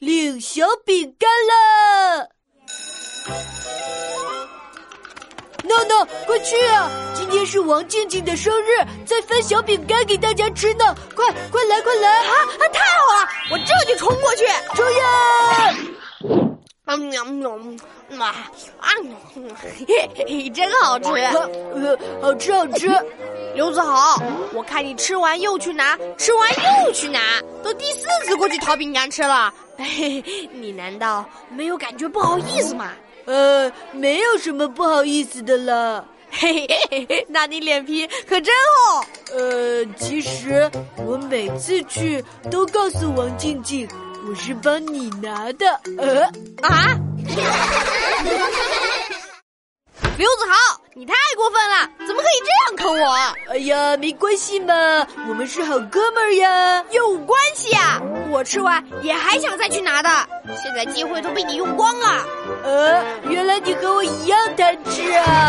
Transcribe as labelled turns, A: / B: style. A: 有小饼干啦闹闹，快去啊！今天是王静静的生日，在分小饼干给大家吃呢！快快来，快来！啊啊！太好了，我这就冲过去！冲呀！嗯
B: 啊喵喵，嗯啊啊，嗯嘿嘿 嘿真好吃！
A: 啊呃，好吃好 吃！
B: 刘子豪，我看你吃完又去拿，吃完又去拿，都第四次过去讨饼干吃了。 嘿嘿，你难道没有感觉不好意思吗？
A: 呃，没有什么不好意思的啦。
B: 嘿嘿嘿嘿， 那你脸皮可真厚。
A: 呃，其实我每次去都告诉王静静，我是帮你拿的。呃，
B: 啊！ 刘子豪，你太过分了，怎么可以这样坑我？
A: 哎呀，没关系嘛，我们是好哥们儿呀。
B: 有关系啊！我吃完也还想再去拿的，现在机会都被你用光了。
A: 呃，原来你和我一样贪吃啊。